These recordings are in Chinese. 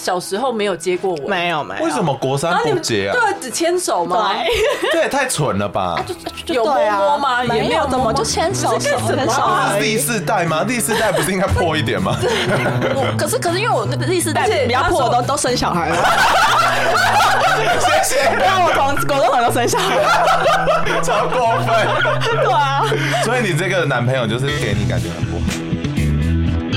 小时候没有接过吻，没有没有，为什么国三不接啊？对，只牵手吗？对？啊这也太蠢了吧！有摸摸吗？也没有有怎摸么摸就牵手什么牵手不是第四代吗？第四代不是应该破一点吗？我可是可是因为我那个第四代而且比较他破说的都都生小孩了，谢谢，因为我同国中很都生小 孩，超过分。 对啊，所以你这个男朋友就是给你感觉很不好。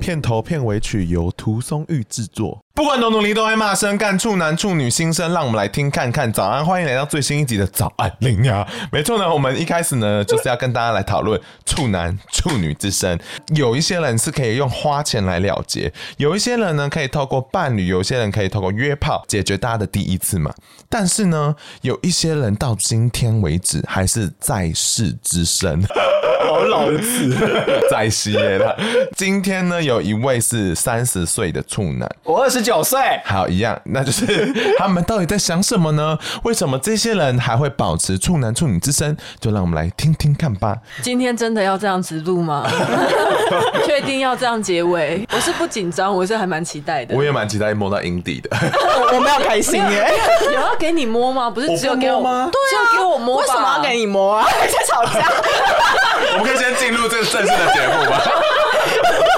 片头片尾曲由涂松玉制作。不管农农林都爱骂声，干处男处女心声，让我们来听看看。早安，欢迎来到最新一集的早安林呀。没错呢，我们一开始呢就是要跟大家来讨论处男处女之声。有一些人是可以用花钱来了结，有一些人呢可以透过伴侣，有些人可以透过约炮解决大家的第一次嘛。但是呢，有一些人到今天为止还是在世之身。好老子， 在失业了。今天呢，有一位是三十岁的处男，我二十九岁，好，一样，那就是他们到底在想什么呢？为什么这些人还会保持处男处女之身？就让我们来听听看吧。 今天真的要这样子录 吗？确定要这样结尾？我是不紧张，我是还蛮期待的。我也蛮期待摸到阴蒂的，我我没有开心耶，有要给你摸吗？不是只有给我我不摸吗对啊，只有给我摸吧。为什么要给你？你摸 啊？在吵架， 我们可以先进入这个正式的节目吧。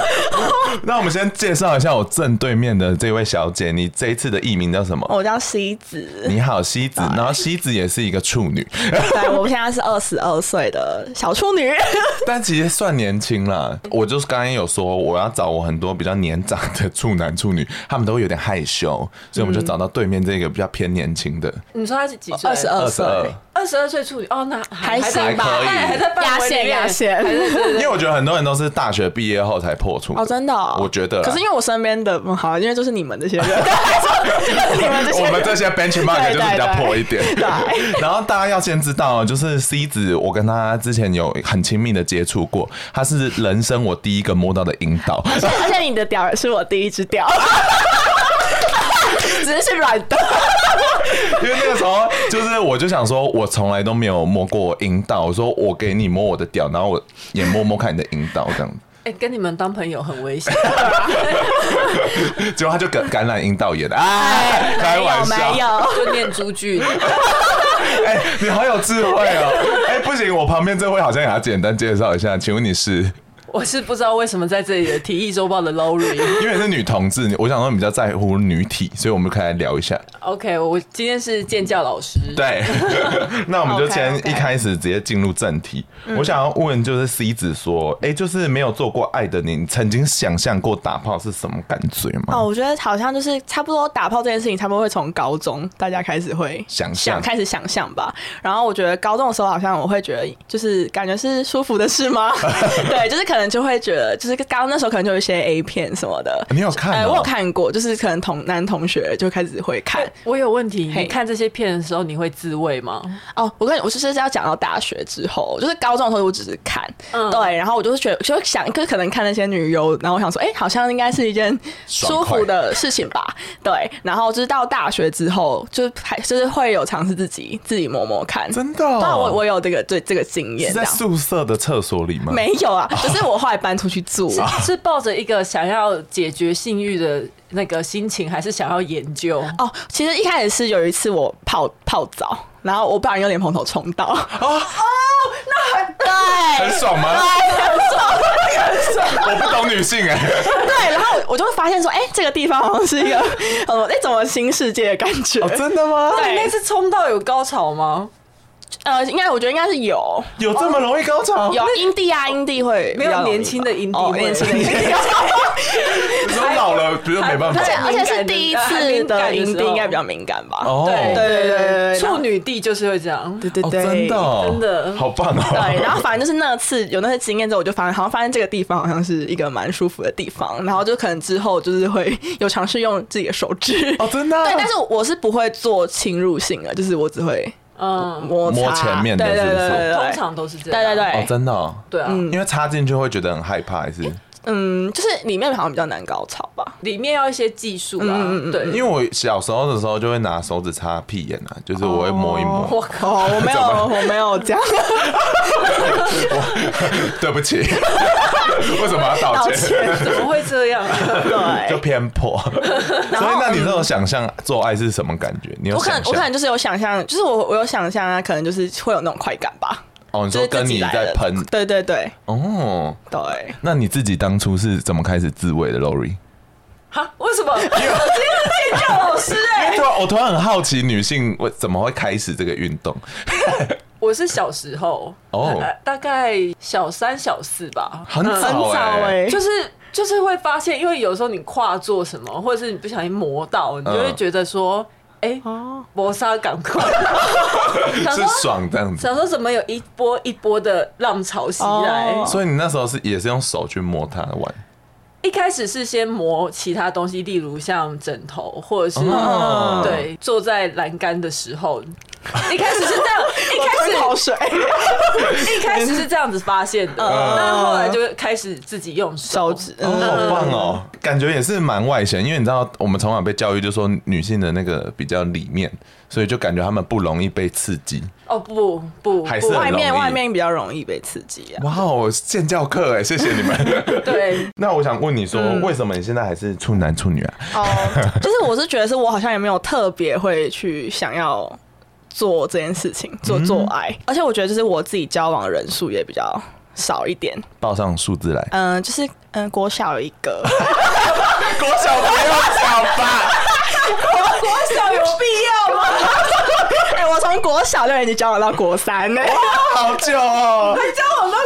那我们先介绍一下我正对面的这位小姐，你这一次的艺名叫什么？我叫西子，你好，西子，然后西子也是一个处女，对我现在是二十二岁的小处女， 但其实算年轻了，我就是刚刚有说我要找我很多比较年长的处男处女，他们都会有点害羞，所以我们就找到对面这个比较偏年轻的说他是几岁？二十，嗯二岁， 22二十二岁处女。哦，那还还行在吧还可以哎还在 范压围里线面压线还在对因对为我觉得很多人都是大学毕业后才破处哦，真的哦，我觉得啦可是因为我身边的嗯好，因为就是你们 这些人，你们这些人，我们这些 benchmark 对对就是比较破一点。对 然后大家要先知道，就是 C 子，我跟他之前有很亲密的接触过，他是人生我第一个摸到的阴道。而且你的屌是我第一只屌， 只是是软的， 因为那个时候就是我就想说，我从来都没有摸过阴道，我说我给你摸我的屌，然后我也摸摸看你的阴道这 样子，哎，跟你们当朋友很危险。结果他就感感染阴道炎，哎，开玩笑，没有没有，就念朱剧，哎、你好有智慧哦，哎、不行，我旁边这位好像给他简单介绍一下，请问你是我是不知道为什么在这里的《提议周报》的 Lori。因为你是女同志，我想说你比较在乎女体，所以我们可以来聊一下， OK，我今天是建教老师。 对，那我们就 OK，先 OK 一开始直接进入正题。我想要问，就是 C 子说，哎、就是没有做过爱的你，你曾经想象过打炮是什么感觉吗？哦，我觉得好像就是差不多打炮这件事情，差不多会从高中大家开始会想象想开始想象吧。然后我觉得高中的时候，好像我会觉得就是感觉是舒服的事 吗？对，就是可能就会觉得，就是刚刚那时候可能就有一些 A 片什么的。你有看哦哎我有看过，就是可能同男同学就开始会看。我有问题，嘿你看这些片的时候，你会自慰吗？哦，我跟你，我就是要讲到大学之后，就是高中的时候我只是看，嗯对，然后我就是觉得，就想，就可能看那些女优，然后我想说，哎、好像应该是一件舒爽快服的事情吧，对，然后就是到大学之后，就是还就是会有尝试自己自己摸摸看，真的、对啊，哦，我我有这个这这个经验，是这在样宿哦舍的厕所里吗？没有啊，只是我后来搬出去住，是抱着一个想要解决性欲的那个心情，还是想要研究？哦，其实一开始是有一次我泡泡澡，然后我不小心用脸盆头冲到，哦，那很对，很爽吗？我不懂女性哎、对，然后我就会发现说，哎、这个地方好像是一个 哦哎呃，那怎么新世界的感觉？哦，真的吗？那你那对，次冲到有高潮吗？呃，应该我觉得应该是有有这么容易高潮？有阴蒂啊，阴蒂会没比较有容易年轻的阴蒂哦，味年轻的 阴蒂。你说老了，比如没办法而且还而且是第一次的阴蒂，应该比较敏感吧？哦，对对对对对对处女地就是会这样，对对哦，对，真的哦，真的好棒哦！对，然后反正就是那次有那些经验之后，我就哦发好像发现这个地方好像是一个蛮舒服的地方，然后就可能之后就是会有尝试用自己的手指。哦，真的啊，对，但是我是不会做侵入性的，就是我只会嗯，摸擦摸前面的对对是不是对对对，通常都是这对啊对嗯样，哦，对，真的哦，对啊，因为插进去会觉得很害怕，还是嗯，就是里面好像比较难高潮吧。里面要一些技术嗯啊，因对，为我小时候的时候就会拿手指擦屁眼啊，就是我会摸一摸。我靠，哦，我没有，我没有这样 对不起， 为什么要道道歉？歉。怎么会这样 啊？对，就嗯偏颇。所以，那你这种想象做爱是什么感觉？你有我可想能象？我可能就是有想象，就是我我有想象啊，可能就是会有那种快感吧，哦，你就说是自跟己你来在的喷对对对哦。对。那你自己当初是怎么开始自慰的，Lori？哈，为 什么？我今天是建教老师哎，对啊，我突然很好奇，女性为怎么会开始这个运动？我是小时候哦呃大概小三小四吧，嗯很早嗯很早哎、欸就是就是会发现，因为有时候你跨做什么，或者是你不小心磨到，你就嗯会觉得说，哎、磨砂赶快，欸想是说爽这样子。想说怎么有一波一波的浪潮袭来。哦所以你那时候是也是用手去摸它玩，一开始是先磨其他东西，例如像枕头，或者是、哦对坐在栏杆的时候，一开始是这样，一我 开吞始口 水，一开始是这样子发现的，但是后来就开始自己用手手指哦，好棒哦！感觉也是蛮外显，因为你知道我们从小被教育就说女性的那个比较里面，所以就感觉她们不容易被刺激。哦不不还不是，外面容易外面比较容易被刺激啊。哇哦，建教课 哎，谢谢你们。 嗯对，那我想问你说，为什么你现在还是处男处女啊？ 哦，就是我是觉得是我好像也没有特别会去想要做这件事情，嗯做做爱，而且我觉得就是我自己交往人数也比较少一点，，报上数字来嗯、就是嗯、国小有一个， 国小不要讲 吧。国小有必要吗？ 哎、我从国小就已经交往到国三欸呢、好久哦，交往到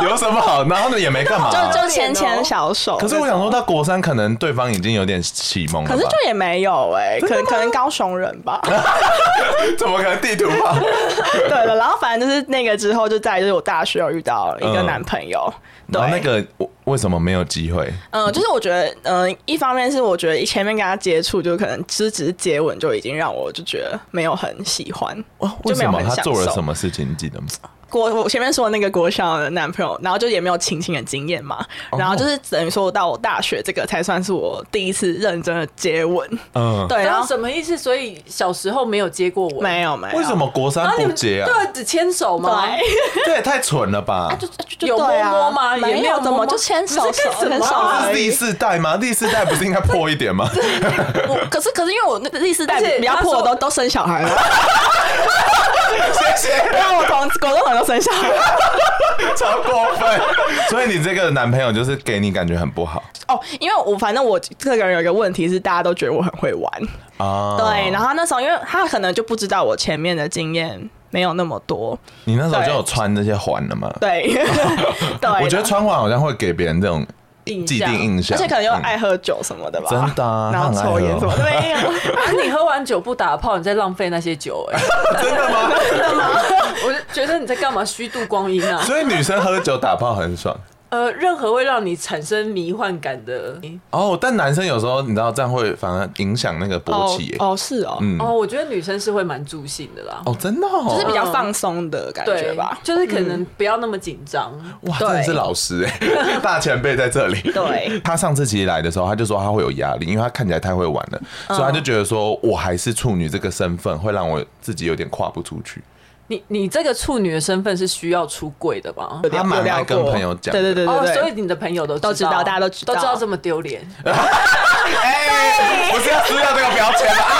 国有什么好？然后呢，也没干嘛。哦就就牵牵小手。可是我想说，到国三可能对方已经有点启蒙了吧，可是就也没有哎、可能可能高雄人 吧，怎么可能地图 炮？对了，然后反正就是那个之后，就再来就是我大学有遇到一个嗯男朋友，对然后那个我为什么没有机会？嗯，就是我觉得，嗯，一方面是我觉得一前面跟他接触，就可能只只是接吻就已经让我就觉得没有很喜欢，就为没什有么很他享受。做了什么事情？你记得吗？国我前面说的那个国小的男朋友，然后就也没有亲亲的经验嘛，哦然后就是等于说到我大学这个才算是我第一次认真的接吻，嗯，对，然然后后什么意思？所以小时候没有接过吻，没有没有，为什么国三然后你不们接啊？对只牵手 吗？对，这也太蠢了吧！就有对啊摸摸吗也没没有有摸怎摸么就牵手你是手干什么牵手啊这而是第已。四代吗？第四代不是应该破一点 吗？我可是可是因为我那历史代而且比较他破的说都都生小孩了，谢谢， 因为我同国中很多生小孩。 超过分。所以你这个男朋友就是给你感觉很不好哦，因为我反正我这个人有一个问题是，大家都觉得我很会玩，啊？对。然后他那时候，因为他可能就不知道我前面的经验没有那么多，你那时候就有穿那些环了吗？对， 对。我觉然得后穿环好像会给别人 这种印象既定印象，而且可能又嗯爱喝酒什么的吧，真的啊 然后他很爱喝抽烟什么的，没有。啊，你喝完酒不打炮，你在浪费那些酒哎、真的吗？ 我就觉得你在干嘛虚度光阴啊？所以女生喝酒打炮很爽呃，任何会让你产生迷幻感的，哦，但男生有时候你知道这样会反而影响那个 勃哦起耶。哦，是哦，嗯哦，我觉得女生是会蛮助兴的啦。哦，真的哦，就是比较放松的感觉对吧，就是可嗯能不要那么紧张。哇，真的是老师哎， 大前辈在这 里。对，他上次其实来的时候，他就说他会有压力，因为他看起来太会玩了，嗯所以他就觉得说我还是处女这个身份会让我自己有点跨不出去。你你这个处女的身份是需要出柜的吗？他蛮爱跟朋友讲的对对对哦，对所以对。你的朋友都都知道大家都知道都知道这么丢脸。哎，我是要撕掉这个标签 了啊！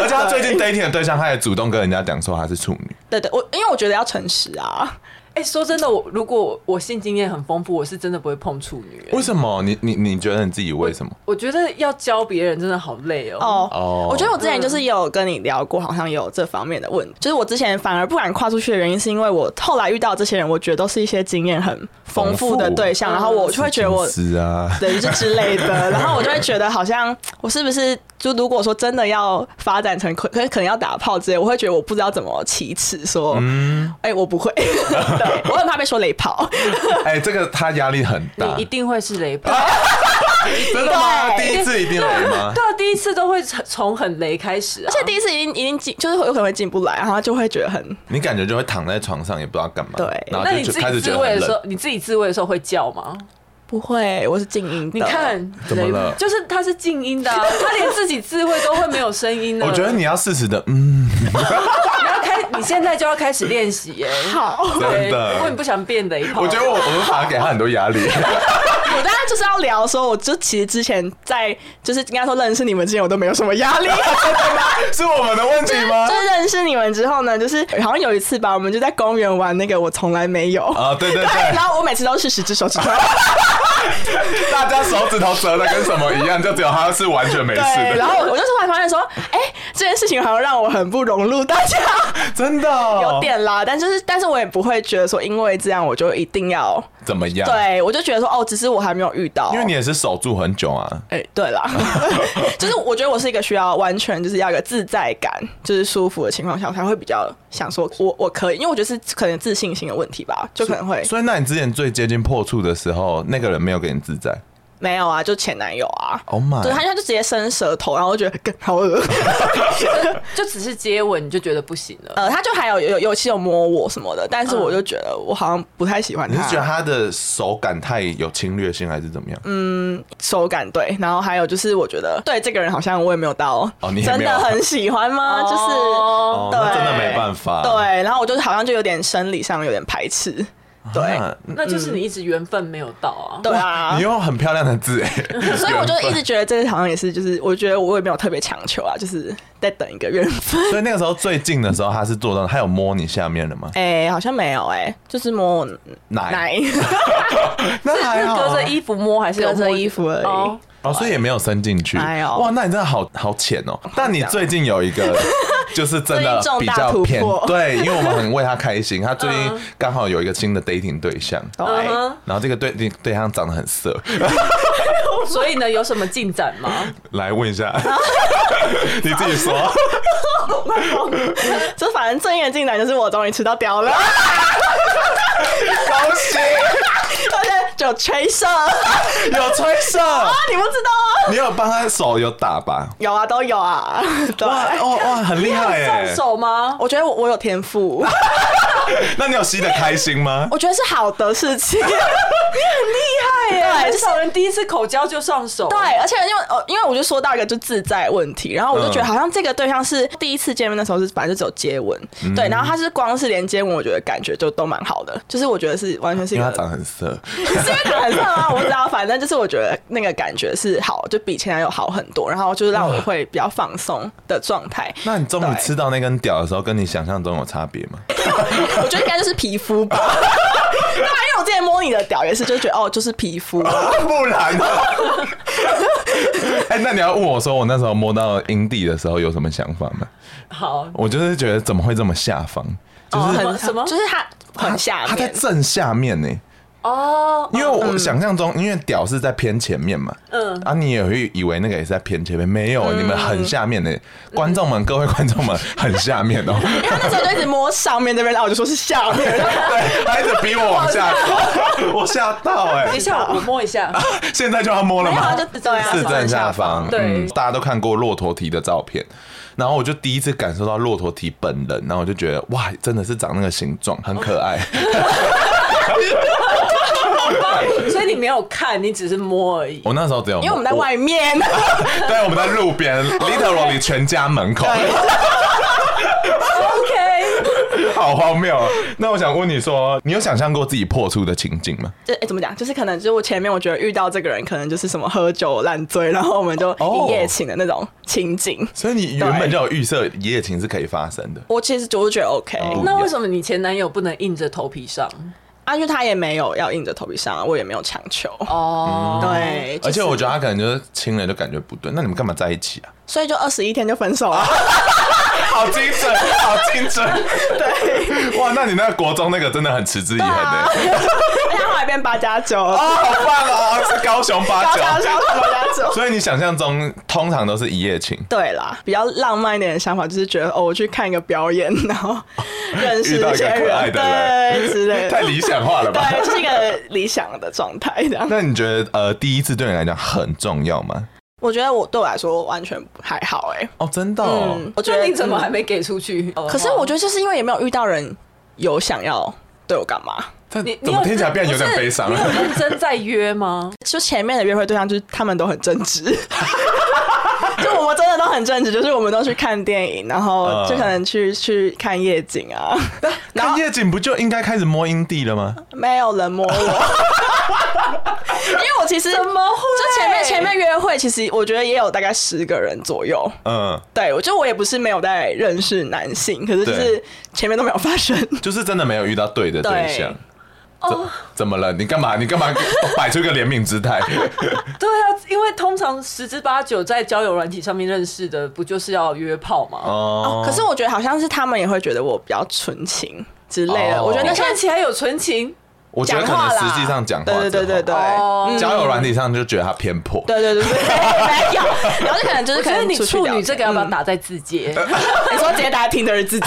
而且他最近 dating 的对象，他也主动跟人家讲说他是处女。对对，我因为我觉得要诚实啊，哎、说真的，我如果我性经验很丰富，我是真的不会碰处女、欸为什么？你你你觉得你自己为什么？我觉得要教别人真的好累哦、哦哦，我觉得我之前就是有跟你聊过，好像有这方面的问题。就是我之前反而不敢跨出去的原因，是因为我后来遇到这些人，我觉得都是一些经验很丰富的对象，丰然富后我就会觉得我是啊，对就之类的，然后我就会觉得好像我是不是就如果说真的要发展成可可可能要打炮之类，我会觉得我不知道怎么启齿说，嗯，哎、我不会，对我很怕被说雷炮。哎、这个他压力很大啊你一，定会是雷炮，真的吗？对第一次一定来吗？对啊，第一次都会从从很雷开始啊而。且第一次一定一定进，就是有可能会进不来，然后就会觉得很你感觉就会躺在床上，也不知道干嘛，对然后那你就自就开己始觉自得慰很的时冷候，，你自己自慰的时候会叫吗？不会，我是静音的。你看，呃怎么雷了就是他是静音的啊、他连自己自慰都会没有声音的。我觉得你要适时的，嗯，你要开，你现在就要开始练习耶。好，真对，的如果你不想变雷炮，我觉得我我们反而给他很多 压力。我当然就是要聊说，我就其实之前在就是应该说认识你们之前，我都没有什么压力。是我们的问题吗就？是认识你们之后呢，就是好像有一次吧，我们就在公园玩那个我从来没有，啊，对 对然对，后我每次都是十只手指头，大家手指头折的跟什么一样，就只有他是完全没事 对，然的，后我就突然发现说，哎、这件事情好像让我很不融入大家， 真的哦有点啦，但就是但是我也不会觉得说，因为这样我就一定要，怎么样？，对我就觉得说，哦，只是我还没有遇到，因为你也是守住很久啊，哎、对啦， 就是我觉得我是一个需要完全就是要有个自在感，就是舒服的情况下，我才会比较想说我我可以，因为我觉得是可能自信心的问题吧，就可能会所以那你之前最接近破处的时候，那个人没有给你自在没有啊，就前男友啊。 ，Oh my，对，他现在就直接伸舌头，然后我觉得 更好恶。就只是接吻你就觉得不行了。呃，他就还有有有其有摸我什么的，但是嗯我就觉得我好像不太喜欢你他，是觉得他的手感太有侵略性，还是怎么样？嗯手感对，然后还有就是我觉得对这个人好像我也没有到哦你也真没有的很喜欢 吗？啊就是哦哦，那对真的没办法。对，然后我就好像就有点生理上有点排斥，对，啊，那就是你一直缘分没有到啊。对啊，你用很漂亮的字，哎 所以我就一直觉得这好像也是，就是我觉得我也没有特别强求啊，就是在等一个缘分。 所以那个时候最近的时候，他是做到，他有摸你下面了吗？哎、好像没有哎、就是摸我奶，奶， 那还好啊。隔哦着衣服摸还是有隔摸着衣服而已。哦，哦，所以也没有伸进去。哎呦哇，那你真的好好浅哦。但你最近有一 个。就是真的最近重比大较突偏破嗯对，因为我们很为他开心。他最近刚好有一个新的 dating 对象，对嗯 哼然后这个对对对象长得很色， 所以呢，有什么进展 吗？来问 一下，你自己说。 就反正正面进展就是我终于吃到屌 了，恭喜而且就吹射啊，有吹射， 你不知道啊？你有帮他手有打吧？有啊，都有 啊。对，哇哦哇，很 厉害放哎！手吗？我觉得我我有天赋， 那你有吸的开心吗？我觉得是好的事情。对耶哎很就是少人第一次口交就上手。对，而且因为呃，因为我就说到一个就自在问题，然后我就觉得嗯好像这个对象是第一次见面的时候是反正就只有接吻，嗯对，然后他是光是连接吻，我觉得感觉就都蛮好的，就是我觉得是完全是一因为 他个长得很色，是因为长得色啊吗？我不知道，反正就是我觉得那个感觉是好，就比前男友好很多，然后就是让我会比较放松的状态。 那你终于对吃到那根屌的时候，跟你想象中有差别吗？ 我觉得应该就是皮肤 吧。对啊，因为我之前摸你的屌也是，就觉得哦，就是皮肤。不然呢？ 哎、那你要问我说，我那时候摸到阴蒂的时候有什么想法吗？好，我就是觉得怎么会这么下方？就是、哦，什很么什么就是它很下它在面，正下面呢、哦，因为我想象中，因为屌是在偏前面嘛，嗯，啊，你也会以为那个也是在偏前面，没有，你们很下面呢、观众们，各位观众们，很下面哦、因为他那时候就一直摸上面这边，然后我就说是下面，然后 对，他一直逼我往下走，我吓到哎、等一下我摸一 下，现在就要摸了没有吗啊，？就对啊，哦是是正下方，对嗯，大家都看过骆驼蹄的照片，然后我就第一次感受到骆驼蹄本人，然后我就觉得哇，真的是长那个形状，很可 爱。哎所以你没有看，你只是摸而已。我那时候只有，因为我们在，外面， 对，我们在路边，literally 全家门口，对 OK， 好荒谬啊！那我想问你说，你有想象过自己破处的情景吗？就、诶怎么讲？就是可能就是我前面我觉得遇到这个人，可能就是什么喝酒烂醉，然后我们就哦一夜情的那种情景。所以你原本就有预设一夜情是可以发生的，我其实我就觉得 OK，、哦那为什么你前男友不能硬着头皮上？啊，因为他也没有要硬着头皮上，我也没有强求。嗯哦，对，而且我得，觉得他可能就是亲了就感觉不对，那你们干嘛在一起啊？所以就二十一天就分手了。 好精准，好精准，对，哇，那你那个国中那个真的很持之以恒欸啊的，而 且他后来变八加 九，啊，好棒哦，是高雄八高九，高高八加九。所以你想象中通常都是一夜情，对啦，比较浪漫一点的想法就是觉得哦，我去看一个表演，然后认识遇到一一个些可爱人，的人对之类太的，理想化了吧？对，就是一个理想的状态这样。那你觉得呃，第一次对你来讲很重要吗？我觉得我对我来说完全还好哎、欸，哦，真的、哦，嗯，我觉那得你怎么还嗯没啊给出去？可是我觉得就是因为也没有遇到人有想要对我干嘛，但你怎么听起来变得有点悲伤你有了？认真在约 吗？就前面的约会对象就是他们都很正 直，就我们真的都很正直，就是我们都去看电影，然嗯后就可能去、去看夜景 啊，然看后夜景不就应该开始摸阴蒂了吗？没有人 摸我，因为我其实怎么会？就前面前面约会，其实我觉得也有大概十个人左右。嗯，对，我就我也不是没有在认识男性，可是就是对前面都没有发生。就是真的没有遇到对的对象。哦怎怎么了？你干嘛？你干嘛哦摆出一个怜悯姿 态？对啊，因为通常十之八九在交友软体上面认识的，不就是要约炮吗？哦， 可是我觉得好像是他们也会觉得我比较纯情之类的。哦我觉得那那些看起来有纯情我觉讲得可话能啦，实际上讲话之后，对对对对对，哦嗯交友软体上就觉得他偏颇。对对对对，没有，然后就可能就是我可觉得能你出去处聊女天这个要不要？嗯打在字 节？你说直接打听的人自 己，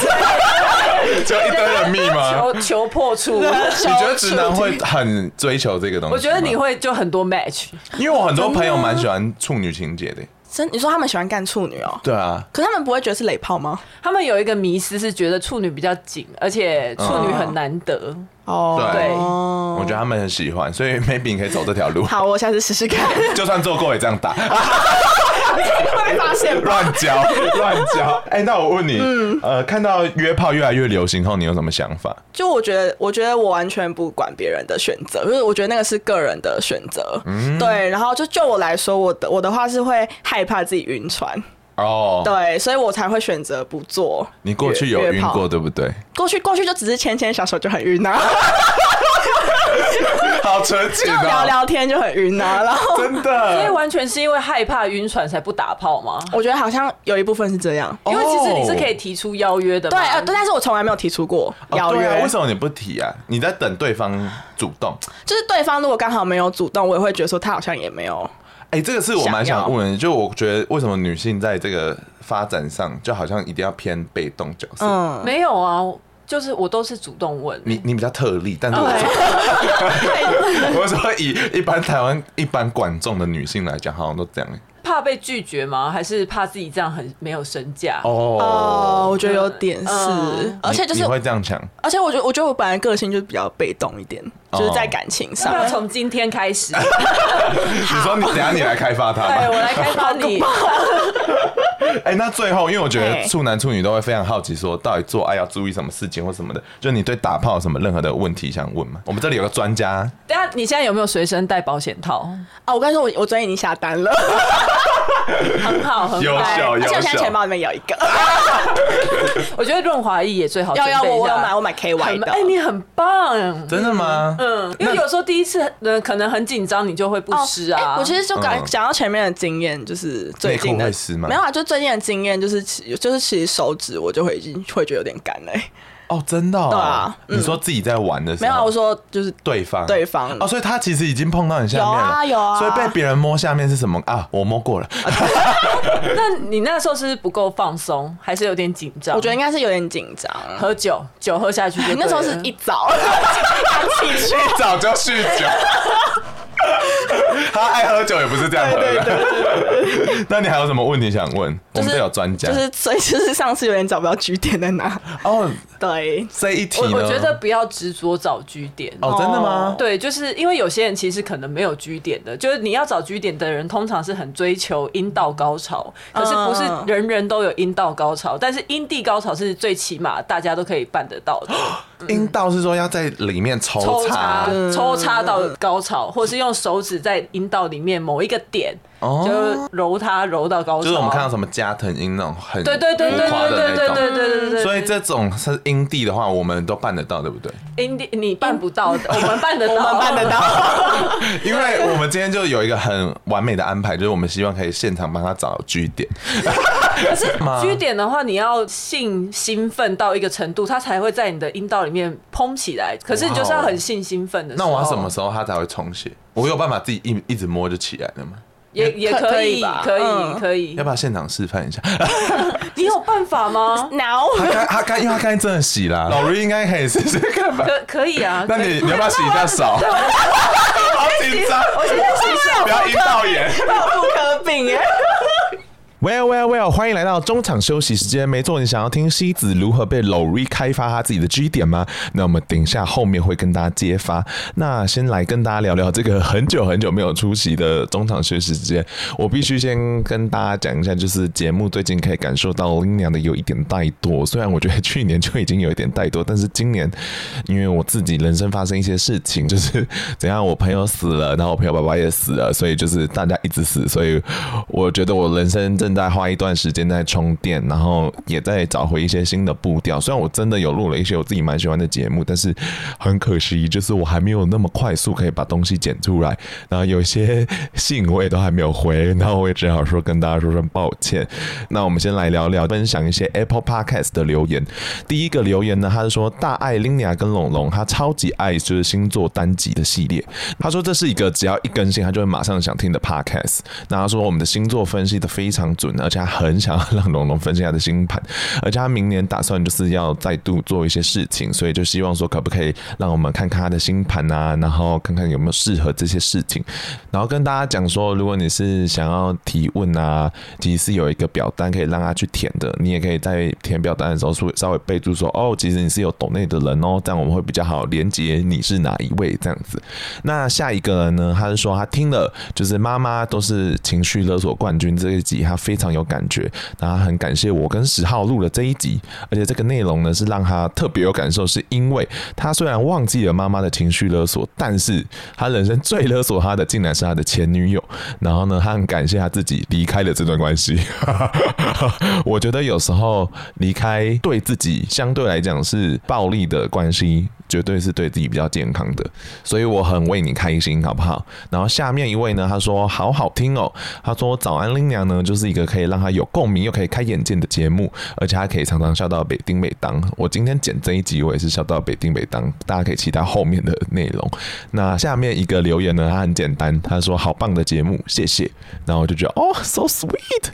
就一堆人密 吗？求求破处，你觉得直男会很追求这个东西？我觉得你，会就很多 match， 因为我很多朋友蛮喜欢处女情节的。真你说他们喜欢干处女哦？对啊，可是他们不会觉得是雷炮吗？他们有一个迷思是觉得处女比较紧，而且处女很难得。哦对哦我觉得他们很喜欢，所以 maybe 你可以走这条路，好，我下次试试看，就算做过也这样打。 会被发现吧。乱教乱教。 哎、那我问你，嗯呃，看到约炮越来越流行后，你有什么想法？就我觉得，我觉得我完全不管别人的选择，就是我觉得那个是个人的选择。嗯对，然后就就我来说，我的我的话是会害怕自己晕船，哦，对，所以我才会选择不做。你过去有约晕炮过对不对？过去过去就只是牵牵小手就很晕啊， 好纯情就聊聊天就很晕啊， 然后。真所以的。完全是因为害怕晕船才不打炮吗？我觉得好像有一部分是这样，因为其实你是可以提出邀约的嘛，哦对，呃，但是我从来没有提出过哦邀对约，啊，为什么你不提啊？你在等对方主动。就是对方如果刚好没有主动，我也会觉得说他好像也没有，哎、这个是我蛮想要想问的，就我觉得为什么女性在这个发展上，就好像一定要偏被动角色？嗯，没有啊，就是我都是主动问。你你比较特例，但是我说， 我说以一般台湾一般观众的女性来讲，好像都这样。怕被拒绝吗？还是怕自己这样很没有身价？哦，我觉得有点是，嗯呃哦而且就你是你会这样想，而且我觉得，我觉得我本来个性就比较被动一点，哦就是在感情要上不。要从今天开 始？你说你等一下你来开发它对吧我。来开发你。哎、那最后，因为我觉得哎处男处女都会非常好奇，说到底做爱要注意什么事情或什么的，就你对打炮有什么任何的问题想问吗？我们这里有个专家，等一下你现在有没有随身带保险 套？哦，我跟你说，我我昨天已经下单了，很好，很优好。秀而且我优现在秀钱包里面有一个，我觉得润滑液也最好 要准要备我一我有下。买，我买 KY 很的，哎，你很棒。真的吗？嗯，因为有时候第一次呃可能很紧张，你就会不哦湿啊。哎我其实就嗯讲讲到前面的经验，就是最内近裤的会湿吗没有啊，就最近的经验就是其就是其实手指我就会已经会觉得有点干嘞、哎哦，真的、哦。对啊你说自己在玩的 时候，没有啊，我说就是对方对方哦，所以他其实已经碰到你下面了，有啊有啊所以被别人摸下面是什么啊？我摸过了，那你那时候是不是不够放松，还是有点紧张？我觉得应该是有点紧张，喝酒，酒喝下去就对了啊那时候是一早刚起床一早就酗酒。他爱喝酒也不是这样喝的。 那你还有什么问题想问？我就们是这有专家就是所以就是上次有点找不到据点在哪，哦，对，这一题我呢？我觉得不要执着找据点。哦，真的吗？对，就是因为有些人其实可能没有居点的，就是你要找居点的人，通常是很追求阴道高潮，可是不是嗯人人都有阴道高潮，但是阴蒂高潮是最起码大家都可以办得到的，阴道是说要在里面哦 嗯抽抽插插，抽插到高潮，或是用手指在阴道里面某一个点，哦就揉它揉到高潮。就是我们看到什么加藤鹰那种很对对对对浮夸对的那对对种对对对对对，所以这种是阴蒂的话，我们都办得到，对不对？阴蒂你办不到的，我们办得到， 我们办得到。哦 因为我们今天就有一个很完美的安排，就是我们希望可以现场帮他找据点。可是居点的话，你要性兴奋到一个程度，它才会在你的阴道里面砰起来。可是你就是要很性兴奋的时那候，我要什么时候他才会充血？我有办法自己一一直摸就起来了吗？也也可可可以以吧，可嗯以，可以要。不要现场示范一下？你有办法吗？ No，他刚他刚因为他刚才真的洗啦，老瑞应该可以试试看吧？可可以啊。那可以你你要不要洗一下 手？好紧张，不要阴道炎。妇科病耶。 Well, well, well！欢迎来到中场休息时间。没错，你想要听西子如何被 Lori 开发他自己的 G 点吗？那我们等一下后面会跟大家揭发。那先来跟大家聊聊这个很久很久没有出席的中场休息时间。我必须先跟大家讲一下，就是节目最近可以感受到 l i n a 的有一点怠惰。虽然我觉得去年就已经有一点怠惰，但是今年因为我自己人生发生一些事情，就是怎样，我朋友死了，然后我朋友爸爸也死了，所以就是大家一直死，所以我觉得我人生正在花一段时间在充电，然后也在找回一些新的步调。虽然我真的有录了一些我自己蛮喜欢的节目，但是很可惜，就是我还没有那么快速可以把东西剪出来，然后有一些信我也都还没有回，然后我也只好说跟大家说声抱歉。那我们先来聊聊，分享一些 Apple Podcast 的留言。第一个留言呢，他是说大爱 Linia 跟龙龙，他超级爱就是星座单集的系列。他说这是一个只要一更新，他就会马上想听的 podcast。那他说我们的星座分析的非常准，啊而且他很想要让龙龙分析他的星盘，而且他明年打算就是要再度做一些事情，所以就希望说可不可以让我们看看他的星盘啊，然后看看有没有适合这些事情，然后跟大家讲说，如果你是想要提问啊，其实是有一个表单可以让他去填的，你也可以在填表单的时候说稍微备注说哦，其实你是有懂内的人哦，这样我们会比较好连接你是哪一位这样子。那下一个人呢？他是说他听了，就是妈妈都是情绪勒索冠军这一集，他非常有感觉，然后他很感谢我跟十号录了这一集，而且这个内容呢是让他特别有感受，是因为他虽然忘记了妈妈的情绪勒索，但是他人生最勒索他的竟然是他的前女友，然后呢，他很感谢他自己离开了这段关系。 我觉得有时候离开对自己相对来讲是暴力的关系，绝对是对自己比较健康的，所以我很为你开心，好不好？然后下面一位呢，他说好好听哦，他说早安林娘呢，就是一个可以让他有共鸣又可以开眼界的节目，而且他可以常常笑到北丁北当。我今天剪这一集，我也是笑到北丁北当，大家可以期待后面的内容。那下面一个留言呢，他很简单，他说好棒的节目，谢谢。然后我就觉得哦，so sweet，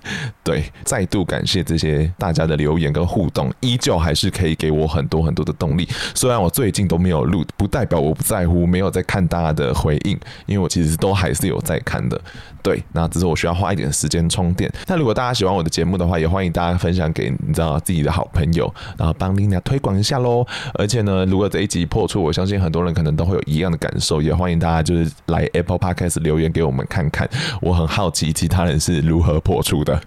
对，再度感谢这些大家的留言跟互动，依旧还是可以给我很多很多的动力。虽然我最近都没有录，不代表我不在乎，没有在看大家的回应，因为我其实都还是有在看的。对，那只是我需要花一点时间充电。那如果大家喜欢我的节目的话，也欢迎大家分享给你知道自己的好朋友，然后帮 Lina 推广一下喽。而且呢，如果这一集破处，我相信很多人可能都会有一样的感受，也欢迎大家就是来 Apple Podcast 留言给我们看看。我很好奇其他人是如何破处的。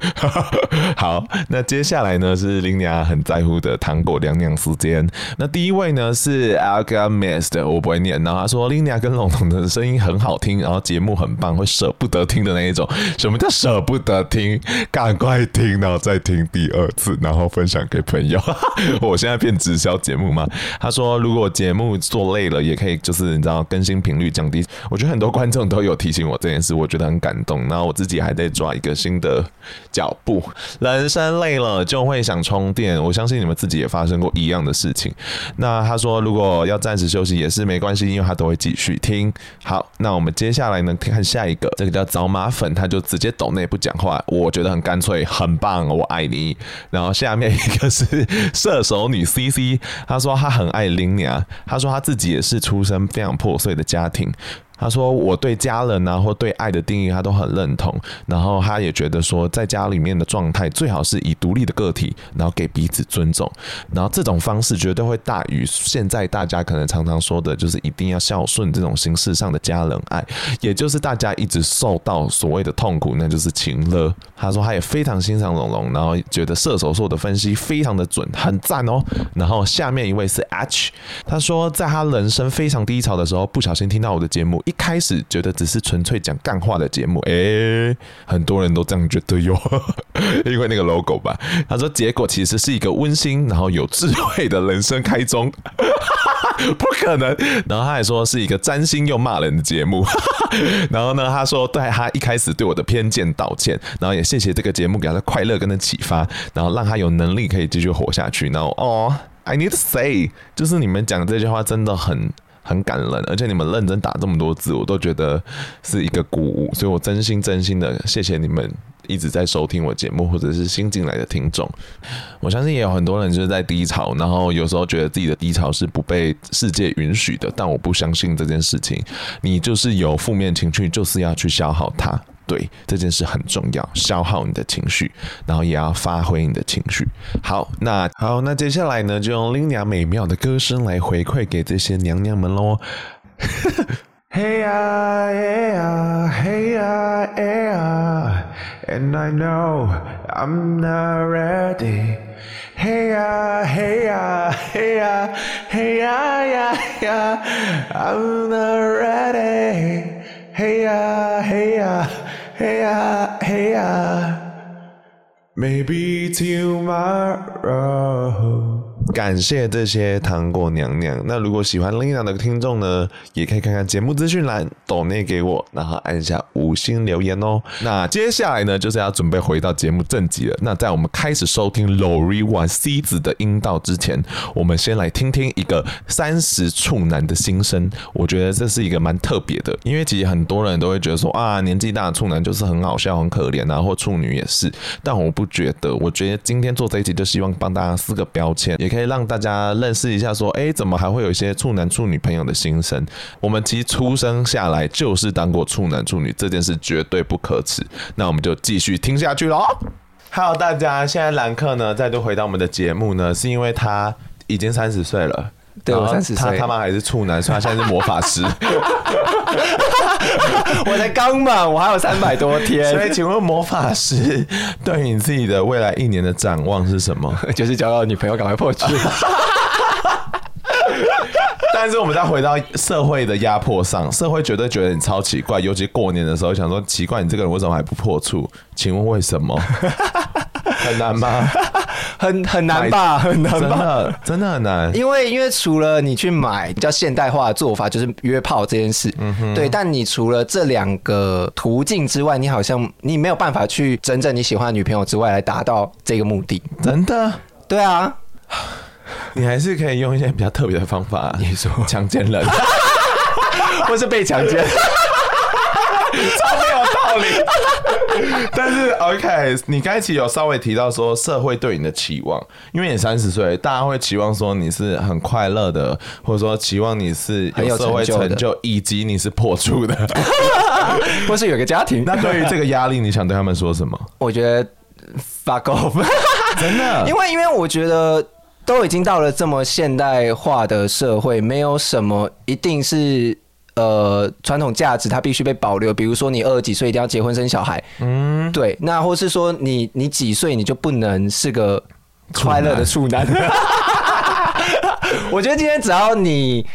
好，那接下来呢是 Lina 很在乎的糖果凉凉时间。那第一位呢是 Alchemist，我不会念。然后他说 Lina 跟龙龙的声音很好听，然后节目很棒，会舍不得听的那一种。什么叫舍不得听？赶快听，然后再听第二次，然后分享给朋友。 我现在变直销节目吗？他说如果节目做累了，也可以就是你知道更新频率降低。我觉得很多观众都有提醒我这件事，我觉得很感动。然后我自己还在抓一个新的脚步。人生累了就会想充电，我相信你们自己也发生过一样的事情。那他说如果要暂时休息也是没关系，因为他都会继续听。好，那我们接下来呢看下一个，这个叫找马粉，他就直接抖内不讲话，我觉得很干脆，很棒，我爱你。然后下面一个是射手女 C C，她说她很爱林娘，她说她自己也是出身非常破碎的家庭。他说我对家人啊或对爱的定义，他都很认同。然后他也觉得说，在家里面的状态最好是以独立的个体，然后给彼此尊重。然后这种方式绝对会大于现在大家可能常常说的，就是一定要孝顺这种形式上的家人爱， 也就是大家一直受到所谓的痛苦，那就是情勒。他说他也非常欣赏龙龙，然后觉得射手座的分析非常的准，很赞哦。然后下面一位是 H，他说在他人生非常低潮的时候，不小心听到我的节目，一开始觉得只是纯粹讲干话的节目，诶、很多人都这样觉得哟， 因为那个 logo 吧。他说结果其实是一个温馨然后有智慧的人生开宗， 不可能。然后他还说是一个占星又骂人的节目，然后呢，他说对他一开始对我的偏见道歉，然后也谢谢这个节目给他的快乐跟的启发，然后让他有能力可以继续活下去。然后哦，I need to say，就是你们讲这句话真的很。很感人，而且你们认真打这么多字，我都觉得是一个鼓舞，所以我真心真心的谢谢你们一直在收听我节目，或者是新进来的听众。我相信也有很多人就是在低潮，然后有时候觉得自己的低潮是不被世界允许的，但我不相信这件事情。你就是有负面情绪，就是要去消耗它。对，这件事很重要，消耗你的情绪，然后也要发挥你的情绪。好，那好，那接下来呢，就用 Lina 美妙的歌声来回馈给这些娘娘们喽。 Hey ah, hey ah, hey ah, hey ah, and I know I'm not ready. Hey ah, hey ah, hey ah, hey ah, yeah, yeah, I'm not ready. Hey ah, hey ah, hey ah, hey ah, maybe tomorrow. 感谢这些糖果娘娘。那如果喜欢 Lina 的听众呢，也可以看看节目资讯栏，抖内给我，然后按下五星留言哦。那接下来呢，就是要准备回到节目正题了。那在我们开始收听 Lori One C 子的阴道之前，我们先来听听一个三十处男的心声。我觉得这是一个蛮特别的，因为其实很多人都会觉得说啊，年纪大的处男就是很好笑、很可怜啊，或处女也是。但我不觉得，我觉得今天做这一集就希望帮大家撕个标签，也可以让大家认识一下说，哎，怎么还会有一些处男处女朋友的心声？我们其实出生下来就是当过处男处女，这件事绝对不可耻。那我们就继续听下去喽。Hello，大家，现在兰克呢再度回到我们的节目呢，是因为他已经三十岁了。对我然后30岁他他妈还是处男，所以他现在是魔法师。我才刚满，我还有三百多所以，天，请问魔法师对你自己的未来一年的展望是什么？ 就是交到女朋友赶快破局。 但是我们再回到社会的压迫上，社会绝对觉得你超奇怪，尤其过年的时候，想说奇怪，你这个人为什么还不破处？请问为什 么？很难吗？ 很很难吧，很难真吧。的真的很难。因为因为除了你去买比较现代化的做法，就是约炮这件事，对。但你除了这两个途径之外，你好像你没有办法去真正你喜欢的女朋友之外来达到这个目的。真的，对啊，你还是可以用一些比较特别的方法，你说强奸 人，或是被强奸， 但是 OK，你刚才其实有稍微提到说社会对你的期望，因为你三十岁，大家会期望说你是很快乐的，或者说期望你是很有社会成就的成就，以及你是破处的。 或是有个家庭。那对于这个压力，你想对他们说什么？我觉得 fuck off，真的因为因为我觉得都已经到了这么现代化的社会，没有什么一定是呃传统价值它必须被保留，比如说你二十几岁一定要结婚生小孩，嗯，对，那或是说你你几岁你就不能是个快乐的处男。 我觉得今天只要你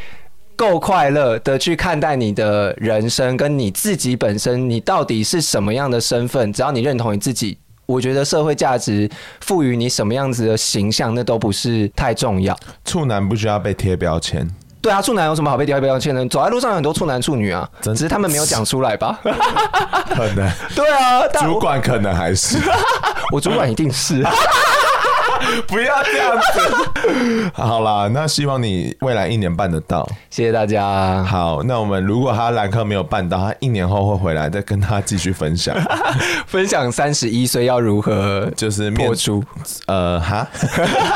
够快乐的去看待你的人生，跟你自己本身，你到底是什么样的身份，只要你认同你自己。我觉得社会价值赋予你什么样子的形象，那都不是太重要。处男不需要被贴标签，对啊，处男有什么好被标标签呢？走在路上有很多处男处女啊，真只是他们没有讲出来 吧？可能对啊，但主我管可能还是我主管一定是。不要这样子。好啦，那希望你未来一年办得到。谢谢大家。好，那我们如果他兰克没有办到，他一年后会回来再跟他继续分享， 分享三十一岁要如何就是面破除？呃 哈，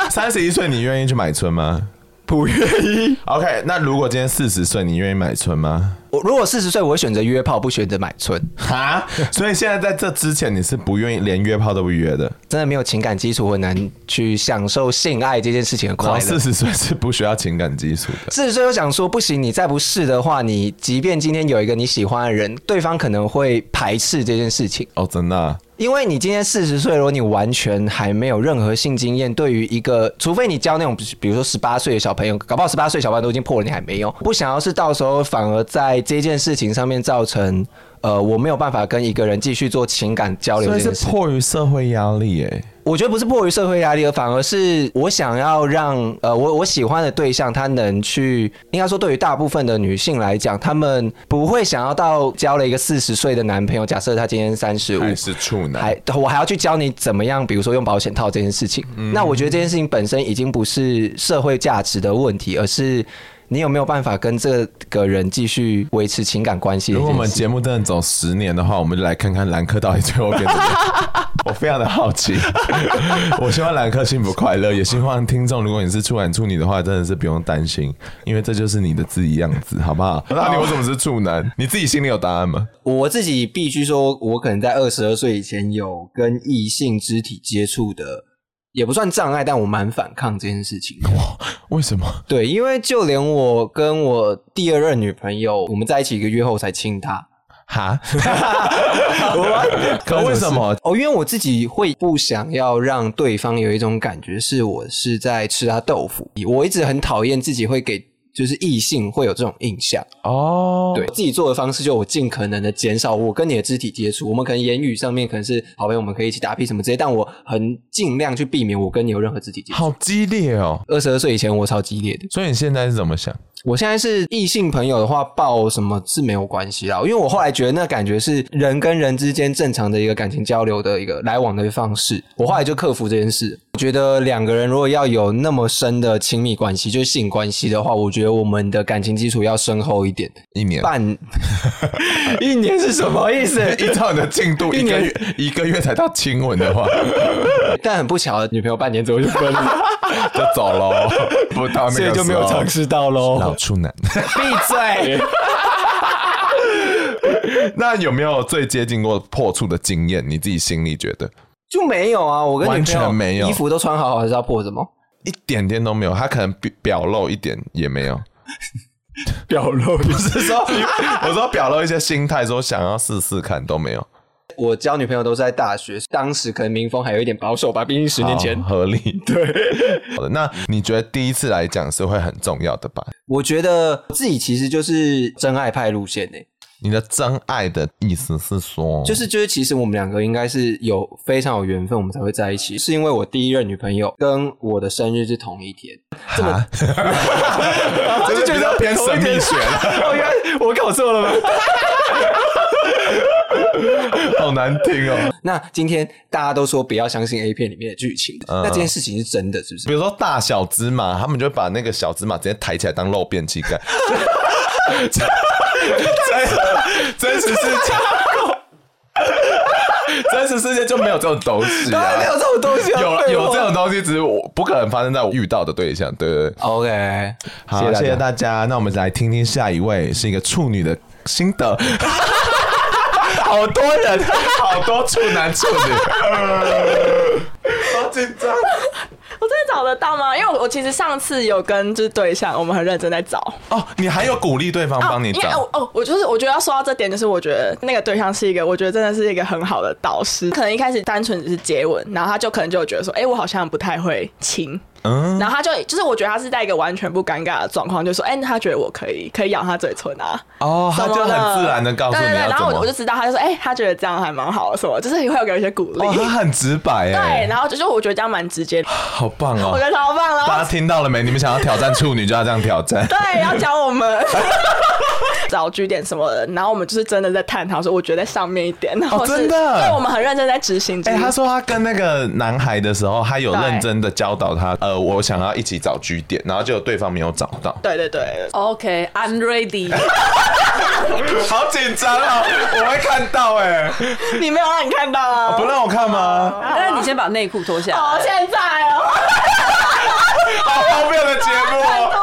三十一岁你愿意去买春吗？不愿意。 OK，那如果今天四十岁，你愿意买春吗？我如果四十岁，我会选择约炮，不选择买春。哈，所以现在在这之前，你是不愿意连约炮都不约的，真的没有情感基础，很难去享受性爱这件事情的然快后乐。四十岁是不需要情感基础的。四十岁又想说不行，你再不试的话，你即便今天有一个你喜欢的人，对方可能会排斥这件事情，哦，真的啊、因为你今天四十岁，如果你完全还没有任何性经验，对于一个，除非你教那种，比如说十八岁的小朋友，搞不好十八岁小朋友都已经破了，你还没有，不想要是到时候反而在这件事情上面造成，呃，我没有办法跟一个人继续做情感交流所这以件是事。迫于社会压力、哎，我觉得不是迫于社会压力，而反而是我想要让呃我我喜欢的对象，他能去，应该说对于大部分的女性来讲，她们不会想要到交了一个四十岁的男朋友，假设他今天三十五，还是处男还？我还要去教你怎么样，比如说用保险套这件事情。嗯那我觉得这件事情本身已经不是社会价值的问题，而是你有没有办法跟这个人继续维持情感关系的一如件事。果我们节目真的走十年的话，我们就来看看兰克到底最后变成怎样。 我非常的好奇， 我希望兰克幸福快乐，也希望听众，如果你是处男处女的话，真的是不用担心，因为这就是你的自己样子，好不好？ 那你为什么是处男？你自己心里有答案吗？我自己必须说，我可能在二十二岁以前有跟异性肢体接触的，也不算障碍，但我蛮反抗这件事情的。为 什么？对，因为就连我跟我第二任女朋友，我们在一起一个月后才亲她。哈？可为什么？哦，因为我自己会不想要让对方有一种感觉是我是在吃他豆腐，我一直很讨厌自己会给就是异性会有这种印象。哦，对自己做的方式，就我尽可能的减少我跟你的肢体接触。我们可能言语上面可能是好朋友，我们可以一起打屁什么之类，但我很尽量去避免我跟你有任何肢体接触。好激烈哦！二十二岁以前我超激烈的，所以你现在是怎么想？我现在是异性朋友的话，抱什么是没有关系啦，因为我后来觉得那感觉是人跟人之间正常的一个感情交流的一个来往的方式。我后来就克服这件事，我觉得两个人如果要有那么深的亲密关系，就是性关系的话，我觉得我们的感情基础要深厚一点。一 年半一年是什么 意思？依照你的进度， 一一个年月一个月才到亲吻的话，但很不巧，女朋友半年左右就分了， 就走喽，不到那个所以就没有时候尝试到喽哦老。处 男。闭 嘴！那有没有最接近过破处的经验？你自己心里觉得就没有啊，我跟女朋友完全没有衣服都穿好好，还是要破什么？一点点都没有，他可能表表露一点也没 有。表露不是是 说，我说表露一些心态，说想要试试看都没有，我交女朋友都是在大学，当时可能民风还有一点保守吧，毕竟十年前好。哦合 理。对，好的。 那你觉得第一次来讲是会很重要的吧？我觉得自己其实就是真爱派路线呢、欸你的真爱的意思是说，就是就是，其实我们两个应该是有非常有缘分，我们才会在一起。是因为我第一任女朋友跟我的生日是同一天，这么这是比较偏神秘学了，啊 哦，原来我搞错了吗？ 好难听哦。那今天大家都说不要相信 A 片里面的剧情，嗯那这件事情是真的，是不比是？如说大小芝麻，他们就会把那个小芝麻直接抬起来当肉便器盖。 真真实世界，真实世界就没有这种东西啊，没有这种东西啊，有啦废话有这种东西，只是我不可能发生在我遇到的对象，对对对。 OK，好，谢谢大家。那我们来听听下一位是一个处女的心得。好多人，好多处男处女，好紧张。 我真的找得到吗？因为我我其实上次有跟就是对象，我们很认真在找，哦，你还有鼓励对方帮你因为找哦，哦，我就是我觉得要说到这点，就是我觉得那个对象是一个，我觉得真的是一个很好的导师。可能一开始单纯只是接吻，然后他就可能就有觉得说，哎、我好像不太会亲，嗯嗯，然后他就就是我觉得他是在一个完全不尴尬的状况，就说，哎、他觉得我可以可以咬他嘴唇啊，哦，他什么就的很自然的告诉对你对对，要然怎后我我就么。知道，他就说，哎、他觉得这样还蛮好，什么，就是会有给我一些鼓励。哦，他很直白 对，哎，然后就是我觉得这样蛮直接的，好棒哦我觉！得超棒了。然后大家听到了没？你们想要挑战处女就要这样挑战。对，要教我们找据点什么的，然后我们就是真的在探讨说，我觉得在上面一点，然后是、真的对，我们很认真在执行。哎、就是他说他跟那个男孩的时候，他有对认真的教导他，呃，我想要一起找据点，然后结果对方没有找到，对对对， OK，I'm ready。好紧张啊！我会看到哎、你没有让你看到啊？不让我看吗？那你先把内裤脱下哦，来。现在哦，好荒谬的节目哦，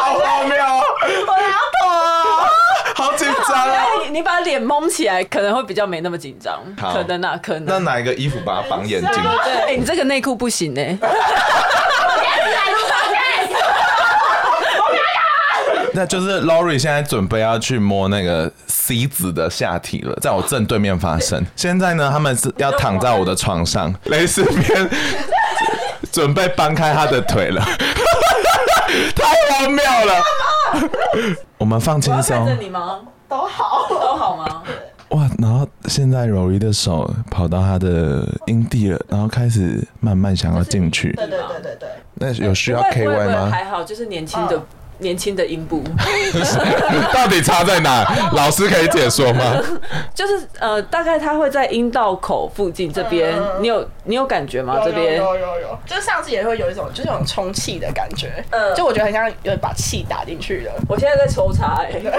好荒谬哦，我要躲哦。啊好紧哎你把脸蒙起来，可能会比较没那么紧张，好可能啊，可那能。拿一个衣服把它绑眼啊睛，对，哎你这个内裤不行哎， 那就是 Lori 现在准备要去摸那个 C 子的下体了，在我正对面发生。现在呢，他们是要躺在我的床上，蕾丝边准备搬开他的腿了， 太荒谬了。我们放轻看着松你吗？都好，都好吗？哇，然后现在 Lori 的手跑到他的阴蒂了，然后开始慢慢想要进去。对对对，那有需要不会 K 不会 Y 吗？还好，就是年轻的年轻的阴部， 到底差在哪？老师可以解说吗？就是呃，大概它会在阴道口附近这边，你有你嗯有感觉吗？这边有有有有，就是上次也会有一种就是那种充气的感觉，嗯，就我觉得很像有把气打进去了，我现在在抽查 哎，你有感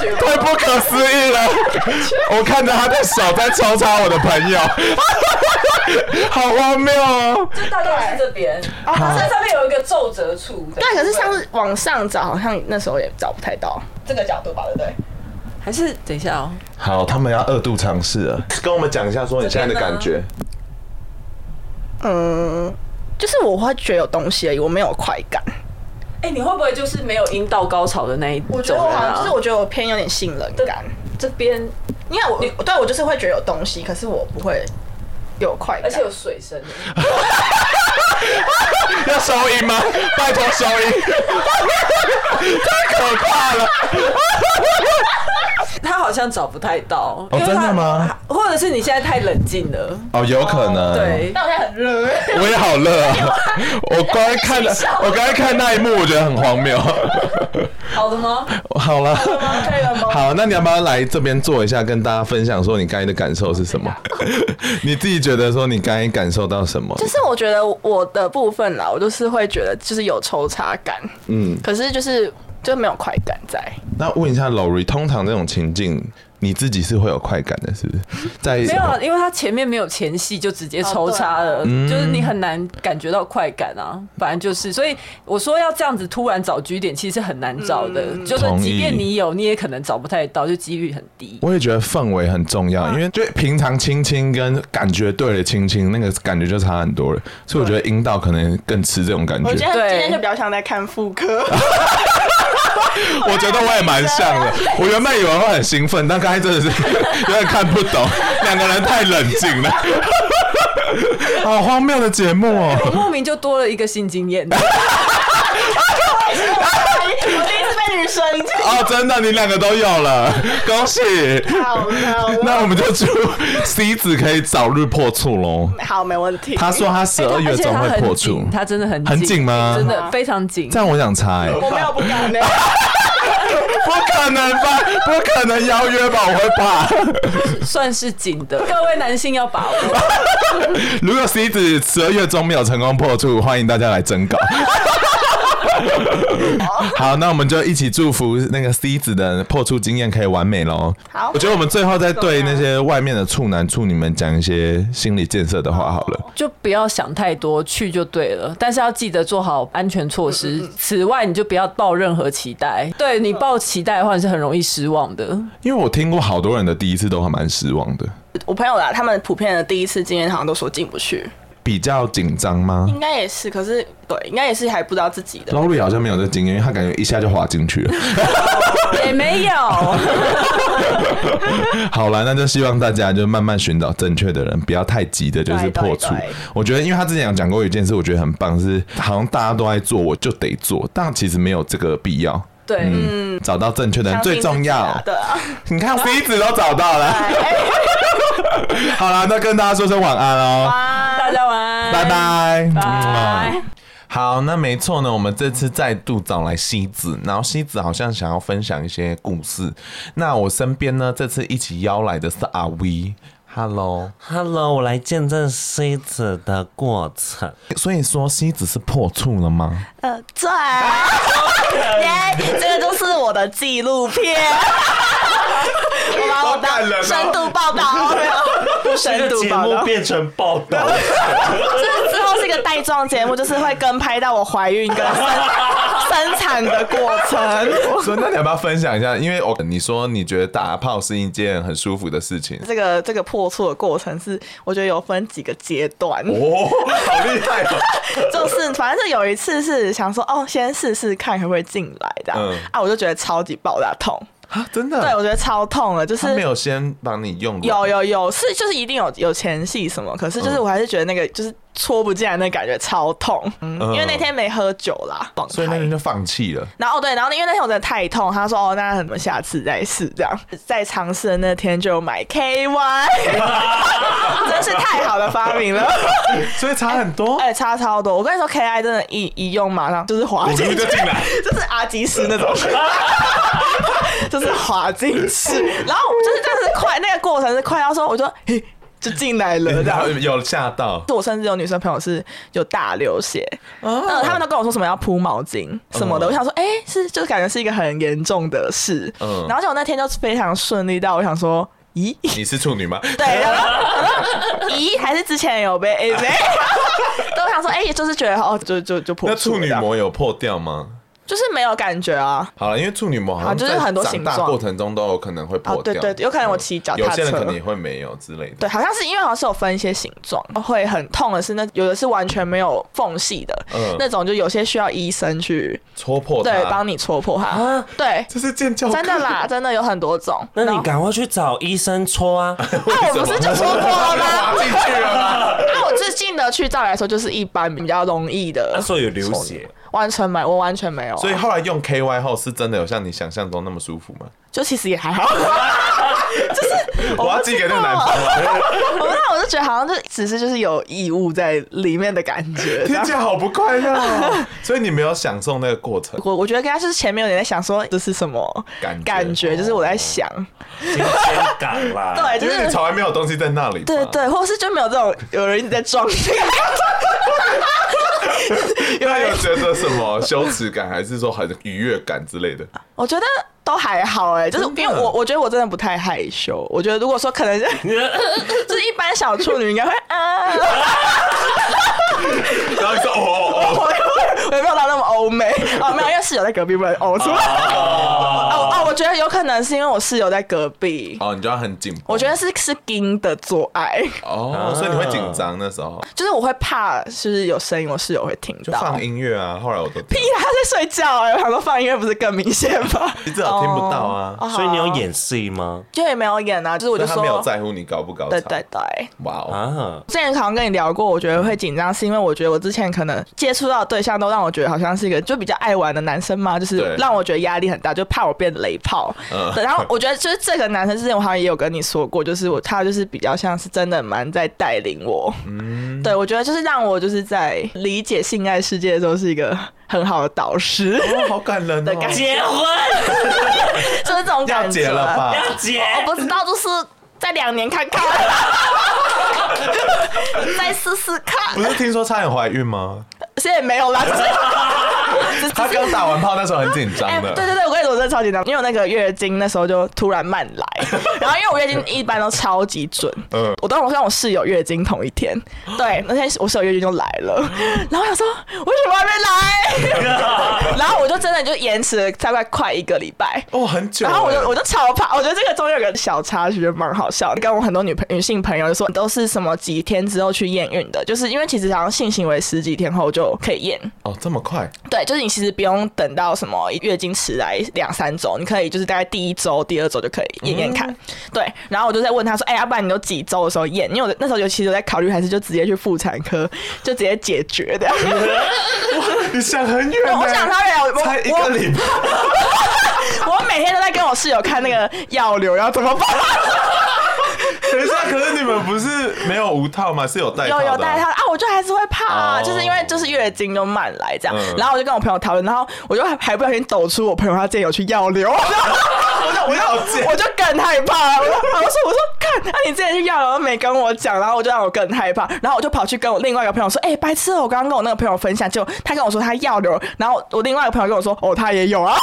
觉吗？太不可思议 了！我看着他的手在抽插我的朋 友，好荒谬哦！就大概是这边，它上面有一个皱褶处。但可是上次往上找，好像那时候也找不太到这个角度吧，对不对？还是等一下哦，好，他们要二度尝试了，跟我们讲一下说你现在的感觉。嗯，就是我会觉得有东西而已，我没有快感。哎，你会不会就是没有阴道高潮的那一种人啊？我觉得我好像就是我觉得我偏有点性冷感，这边，因为我我对我就是会觉得有东西，可是我不会有快而感且。有水声。 要收音吗？拜托收 音，太可怕了！他好像找不太到，因哦为他真的吗？或者是你现在太冷静了，哦，有可能，，对，但我现在很热，我也好热啊！ 我刚才看了，我刚才看那一幕，我觉得很荒谬。好的吗？好啊了，可以了吗？好，那你要不要来这边坐一下，跟大家分享说你刚才的感受是什么？你自己觉得说你刚才感受到什么？就是我觉得我的部分啦，我就是会觉得就是有抽插感，嗯，可是就是就没有快感在。那问一下 Lori，通常这种情境，你自己是会有快感的，是不是？在没有啊，因为他前面没有前戏就直接抽插了，嗯就是你很难感觉到快感啊。反正就是，所以我说要这样子突然找据点，其实很难找的。就是同意即便你有，你也可能找不太到，就几率很低。我也觉得氛围很重要，因为就平常亲亲跟感觉对了亲亲，那个感觉就差很多了，所以我觉得阴道可能更吃这种感觉。我我觉觉得对今天就比较像在看妇科， 得 我也蛮 像的，我原本以为会很兴奋，但刚才真的是 有点看不懂，两个人太冷静了， 好荒谬的节目哦、我莫名就多了一个性经验，我第一次被女生 哦，真的，你两个都有了，恭喜！ 好了，那我们就 祝 C 子可以早日破处喽。 好没问题。他说他 十二月哎而且中他会破很处紧，，他真的很很紧吗真的非常紧这。样我想猜、 欸，我没有不敢的，不可能吧？不可能邀约吧？我会怕。算是紧的，各位男性要把握。如果 C 子十二月中没有成功破处，欢迎大家来征稿。好，那我们就一起祝福那个 C 子的破处经验可以完美喽。好我觉得我们最后再对那些外面的处男处女们讲一些心理建设的话好了。就不要想太多，去就对了。但是要记得做好安全措施。此外，你就不要抱任何期待。对你抱期待的话，你是很容易失望的。因为我听过好多人的第一次都还蛮失望的， 我朋友啦，他们普遍的第一次经验好像都说进不去，比较紧张吗应该也是，可是对，应该也是还不知道自己的。 ？Lori 好像没有这经验，因为他感觉一下就滑进去了。也没有，好了，那就希望大家就慢慢寻找正确的人，不要太急的，就是对对破处对。我觉得，因为他之前有讲过一件事，我觉得很棒，是好像大家都在做，我就得做，但其实没有这个必要。对，嗯，找到正确的人相信最重自己要啊。对啊，你看 C 子都找到了。 好了，那跟大家说声晚安哦，大家晚安，拜。拜，拜嗯好，那没错呢，我们这次再度找来西子，然后西子好像想要分享一些故事。那我身边呢，这次一起邀来的是阿威。Hello， Hello，我来见证 C 子的过 程。所以说西子是破处了 吗？呃，对，耶，这个就是我的纪录片。 我把我的深度报道，没有 深度报道，变成报 道，这之后是一个带状节目，就是会跟拍到我怀孕跟生生产的过程。所以那你要不要分享一下？因为我你说你觉得打炮是一件很舒服的事情，这个这个破处的过程是，我觉得有分几个阶段。哦，好厉害哦！就是反正是有一次是想说，哦，先试试看可不可以进来的、嗯啊，我就觉得超级爆炸痛，啊， 真的，对我觉得超痛了，就是他没有先帮你用过有有有，是就是一定有有前戏什么，可是就是嗯我还是觉得那个就是戳不进来，那感觉超痛。嗯，嗯因为那天没喝酒啦，放所以那开天就放弃了。然后哦对，然后因为那天我真的太痛，他说哦，那我们下次再试这样。在尝试的那天就买 KY，真是太好的发明了，所以差很多。哎、差超多。我跟你说，KI 真的一一用马上就是滑进去，就进来，就是阿基师那种， 就是滑进去。然后我就是但是快那个过程是快到说，我就嘿就进来了这然样后。 有吓到，我甚至有女生朋友是有大流血，嗯，他们都跟我说什么要铺毛巾什么的，哦嗯我想说，哎、是就是感觉是一个很严重的事，嗯然后就我那天就非常顺利到我想说，咦， 你是处女吗？对，然后我说咦，还是之前有 被 A 没？都想说，哎、就是觉得哦，就就就破那处处了女这样膜有破掉吗？就是没有感觉啊，好了，因为处女膜好啊像就是在很多长形大状过程中都有可能会破掉，嗯啊对对有可能我骑脚踏有些人车可能也会没有之类的。对，好像是因为好像是有分一些形状，会很痛的是那有的是完全没有缝隙的，嗯那种就有些需要医生去戳破它对帮你戳破它，啊对。这哦是剑教真的 啦，真的有很多种。那然你后赶快去找医生戳 啊！那我不是就说过了 吗？进去了吗？ 那我最近的去，照理来说就是一般比较容易的那。时候有流血，完全没，我完全没有啊、啊所以后来用 KY 后，是真的有像你想象中那么舒服吗？就其实也 还好。我要寄给那个男朋友，哦我那我就觉得好像就只是就是有异物在里面的感 觉。这 听样起来好不快乐 哦。所以你没有享受那个过程，我我觉得跟他就是前面有点在想说这是什么感觉哦感觉，就是我在想，新鲜感 啦。对，就因为你是从嗯来没有东西在那里嘛。对对，或是就没有这种有人一直在撞 你，那有觉得什么羞耻感，还是说很愉悦感之类的？我觉得都还好哎、就是因为我我觉得我真的不太害羞，我觉得如果说可 能是就是一般小处女应该会啊，然后你说哦哦我我也没有到那么欧美哦，没有，因为室友在隔壁，不能欧出来。 哦哦，我觉得有可能是因为我室友在隔壁哦，。哦，你就要很紧绷。我觉得是是盯的做爱，哦，所以你会紧张那时候，就是我会怕，就是有声音，我室友会听就到。放音乐啊。后来我都屁啦，他在睡觉哎、我想说放音乐不是更明显吗？你至少听不到啊， 所以你有演戏吗？就也没有演啊，哦就是我就所以他说没有在乎你高不高潮。对对，对，哇哦，啊，之前好像跟你聊过，我觉得会紧张，是因为我觉得我之前可能接触到的对象都让我觉得好像是一个就比较爱玩的男生嘛，就是对让我觉得压力很大，就怕我变雷炮。嗯对，然后我觉得就是这个男生之前我好像也有跟你说过，就是我他就是比较像是真的蛮在带领我。嗯，对，我觉得就是让我就是在理解性爱世界的时候是一个很好的导师，哦好感人的哦，感觉结婚 就是这种要感觉。哎结了 吧？要结，我不知道，就是在两年看 看，再试试看。不是听说差点怀孕吗？现在没有啦，只是只他只刚是。打完炮那时候很紧哎、张的，对对对，我跟你说，我真的超紧张，因为我那个月经那时候就突然慢 来，然后因为我月经一般都超级准，嗯我当我跟我室友月经同一天，对，那天我室友月经就来了，嗯然后我想说为什么还没 来，然后我就真的就延迟了大概快一个礼拜，哦，很久欸。然后我就我就超怕，我觉得这个中间有个小插曲就蛮好笑的。跟我很多女朋女性朋友就说，都是什么几天之后去验孕的，就是因为其实好像性行为十几天后就可以验，哦，这么快，对，就是你其实不用等到什么月经迟来两三周，你可以就是大概第一周、第二周就可以验验嗯看。对，然后我就在问他说：“哎、要不然你都几周的时候验？”因为我那时候尤其是在考虑，还是就直接去妇产科就直接解决的。你想很远欸。 我想他俩，我才一个我礼拜，我每天都在跟我室友看那个药流要怎么办。 等一下，可是你们不是没有无套吗？是有带有套的啊有带他啊，我就还是会怕、啊哦就是因为就是月经就慢来这样。嗯然后我就跟我朋友讨论，然后我就还还不小心抖出我朋友他之前有去药流，我就我 你好贱就我就更害怕了。我就我就说我说看那、你之前去药楼都没跟我讲，然后我就让我更害怕，然后我就跑去跟我另外一个朋友说：“哎、白痴哦！我刚刚跟我那个朋友分享，就他跟我说他药流，然后我另外一个朋友跟我说：哦，他也有啊，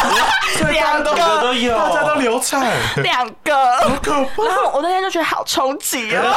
两大家都个，有，大家都流产，两个。”然后我那天就觉得好冲击 啊！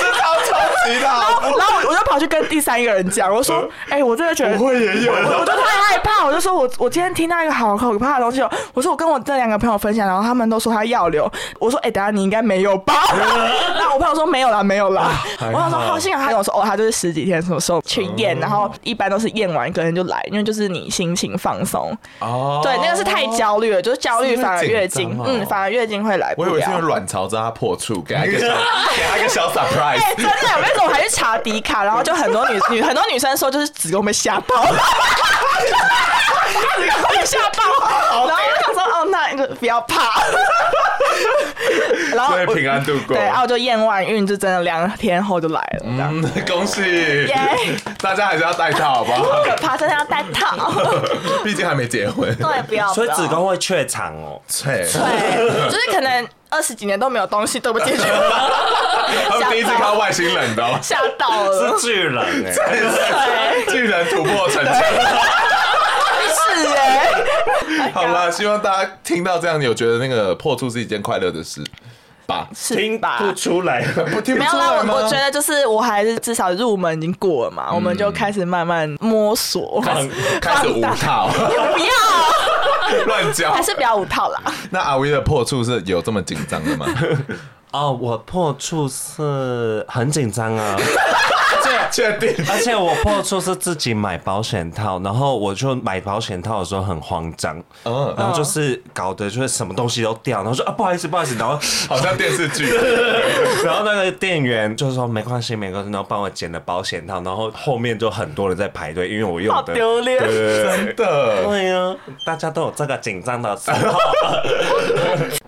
这超超级的，好不然后我就跑去跟第三个人讲，我嗯说：“哎、我真的觉得我会也 有我就太害怕，我就说我我今天听到一个好可怕的东西哦，我说我跟我这两个朋友分享，然后他们都说他要留，我说哎、等下你应该没有吧？ 然后我朋友说没有啦，没有啊啦。我想说好幸好，他跟我说哦，他就是十几天什么时候去验，哦然后一般都是验完隔天就来，因为就是你心情放松。哦对，那个是太。焦虑了，就是焦虑是因为反而月紧经张，哦嗯，反而月经会来不我以为是因为了。卵巢让他破处，给 他一个小给他一个小 surprise。哎、真的，我那时候还去查迪卡，然后就很多女女很多女生说，就是子宫被吓爆了，子宫被吓爆， 然后我想说，哦，那你就不要 怕。然后所以我平安度哦过对，哦然后我就验完孕，就真的两天后就来了，这样、嗯，恭喜耶大家还是要戴套，好不好？可怕，真的要戴 套。毕竟还没结婚。对，不要。所以不要子宫会怯场 哦。对，对， 就是可能二十几年都没有东西对不进去， 他们第一次看到外星人的哦，吓到了是。巨人哎、巨人突破成就。是哎、 好啦，希望大家听到这样，有觉得那个破处是一件快乐的事吧？是听吧？不出来，不听不没有出啦，来吗我我觉得就是我还是至少入门已经过了嘛，我们就开始慢慢摸索。开始无套， 不要，乱讲还。是不要五套啦。那阿威的破处是有这么紧张的吗？ 哦，我破处是很紧张 啊，确定？而且我破处是自己买保险套，然后我就买保险套的时候很慌张，嗯，然后就是搞得就是什么东西都掉，然后说啊不好意思不好意思，然后好像电视 剧。 然后那个店员就说没关系没关系，然后帮我剪了保险套，然后后面就很多人在排队，因为我 用好的丢脸对对对真的，对呀、大家都有这个紧张的时候。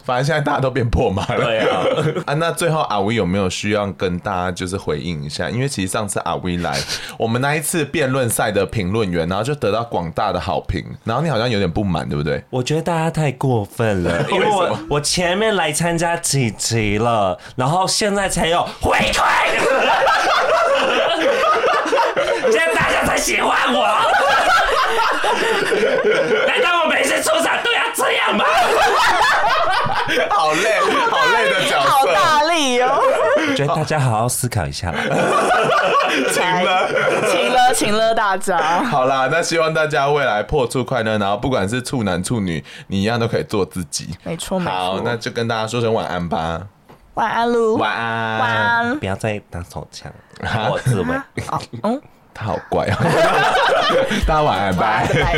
反正现在大家都变破嘛了。对啊， 啊，那最后阿威有没有需要跟大家就是回应一下？因为其实上次阿威 来，我们那一次辩论赛的评论员，然后就得到广大的好评，然后你好像有点不满，对不对？我觉得大家太过 分了，因为为什我么我前面来参加几集了，然后现在才有回 馈，现在大家才喜欢 我。难道我每次出场都要这样吗？好累，好累的角好色，大力 哦，我觉得大家好好思考一下啦。停了。请了，请了大家。好啦，那希望大家未来破处快乐，然后不管是处男处女，你一样都可以做自己。没错，没好，错。那就跟大家说声晚安吧，晚安，噜。晚安，晚安。不要再打手枪，我自慰。啊 他好怪哦，大家晚安，拜。拜。